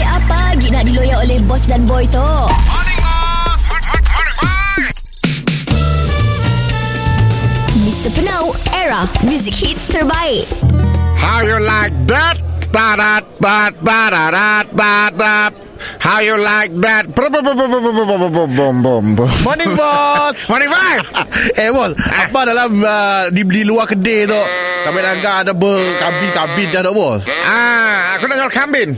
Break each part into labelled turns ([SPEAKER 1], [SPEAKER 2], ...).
[SPEAKER 1] lagi nak diloyak oleh bos dan boy tu. Mr. Penau, era music hit terbaik.
[SPEAKER 2] How you like that? Ba da ba ba da da ba da. How you like that? Boom boom boom boom boom boom boom boom boom boom.
[SPEAKER 3] Morning boss
[SPEAKER 2] Morning five.
[SPEAKER 3] Eh bos Apa dalam uh, di, di luar kedai tu Kami naga ada ber Kabin-kabin dah tu bos
[SPEAKER 2] Ah, aku nak nyol kambing.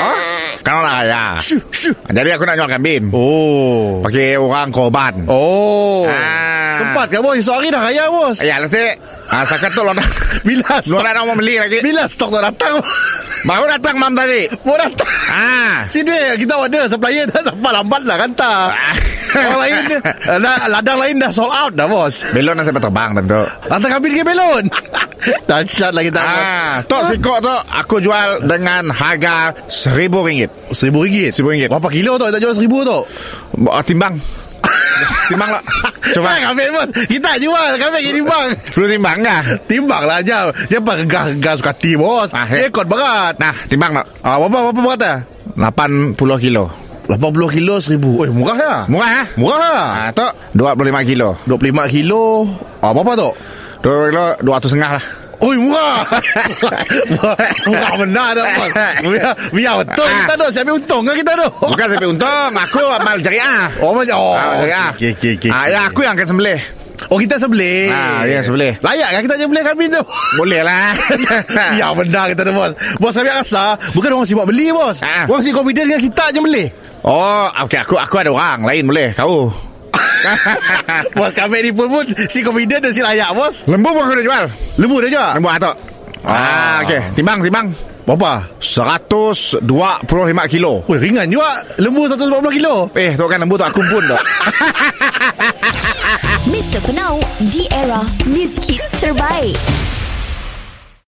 [SPEAKER 2] Hah? Kalau nak ya.
[SPEAKER 3] Syuh, syuh.
[SPEAKER 2] Jadi aku nak nyol kambing.
[SPEAKER 3] Oh
[SPEAKER 2] Pakai orang korban.
[SPEAKER 3] Oh
[SPEAKER 2] Ah.
[SPEAKER 3] Sempat ke bos Esok hari dah raya bos
[SPEAKER 2] Ya, nanti ah, sakat tu lo nak
[SPEAKER 3] Bila
[SPEAKER 2] lo
[SPEAKER 3] stok
[SPEAKER 2] nak nak mau beli lagi.
[SPEAKER 3] Bila stok tak datang
[SPEAKER 2] Baru datang mam tadi.
[SPEAKER 3] Mau datang
[SPEAKER 2] Ah.
[SPEAKER 3] Sini kita order Supplier dah sampai lambat lah hantar
[SPEAKER 2] Ah.
[SPEAKER 3] Orang lain eh, dah, Ladang lain dah sold out dah bos
[SPEAKER 2] Belon nasib terbang tentu.
[SPEAKER 3] Hantar kabin ke belon Dahsyat lagi tak bos
[SPEAKER 2] Ah, tok sikok tu aku jual dengan harga seribu ringgit.
[SPEAKER 3] Seribu ringgit
[SPEAKER 2] Seribu ringgit.
[SPEAKER 3] Berapa kilo tu Tak jual seribu tu
[SPEAKER 2] Ba- Timbang. timbang lah. Coba.
[SPEAKER 3] Cuba ah, Kabin bos Kita jual Kabin jadi bang
[SPEAKER 2] Perlu timbang kah?
[SPEAKER 3] Timbang lah aja Dia pakai gas-gas suka ti bos
[SPEAKER 2] Ah,
[SPEAKER 3] ah,
[SPEAKER 2] eh.
[SPEAKER 3] Dia kot berat
[SPEAKER 2] Nah, timbang tak?
[SPEAKER 3] Ah, berapa, berapa berat eh?
[SPEAKER 2] 80 kilo.
[SPEAKER 3] 80 kilo 1000 Oi murah ya
[SPEAKER 2] Murah ha?
[SPEAKER 3] Murah ya
[SPEAKER 2] Ah, tu 25 kilo.
[SPEAKER 3] 25 kilo ah, Berapa tu
[SPEAKER 2] 25 kilo 200 setengah lah.
[SPEAKER 3] Oi murah Murah benar tu bos Biar, biar betul
[SPEAKER 2] Ah.
[SPEAKER 3] kita tu Siapa untung kan kita tu
[SPEAKER 2] Bukan sampai untung, aku amal jariah.
[SPEAKER 3] Oh macam Oh
[SPEAKER 2] Ah, jariah.
[SPEAKER 3] okey, okey, okey,
[SPEAKER 2] Ah, ya,
[SPEAKER 3] okey.
[SPEAKER 2] aku yang akan sembelih.
[SPEAKER 3] Oh kita sebelah
[SPEAKER 2] Ah, ya, sebelah.
[SPEAKER 3] Layak kan kita je boleh kami tu
[SPEAKER 2] Boleh lah.
[SPEAKER 3] Ya benar kita tu bos Bos kami rasa Bukan orang sibuk beli bos
[SPEAKER 2] Ah.
[SPEAKER 3] Orang sibuk confident dengan kita je beli
[SPEAKER 2] Oh, okey aku aku ada orang lain boleh kau.
[SPEAKER 3] Bos kami ni pun pun Si confident dan si layak bos
[SPEAKER 2] Lembu pun aku dah jual.
[SPEAKER 3] Lembu dah jual
[SPEAKER 2] Lembu atok.
[SPEAKER 3] Ah.
[SPEAKER 2] Ah, okey. Timbang, timbang.
[SPEAKER 3] Berapa?
[SPEAKER 2] 125 kilo.
[SPEAKER 3] Weh ringan juga Lembu 140 kilo
[SPEAKER 2] Eh, tu kan lembu tu aku pun tu.
[SPEAKER 1] Mr. Penau, di era music hit terbaik.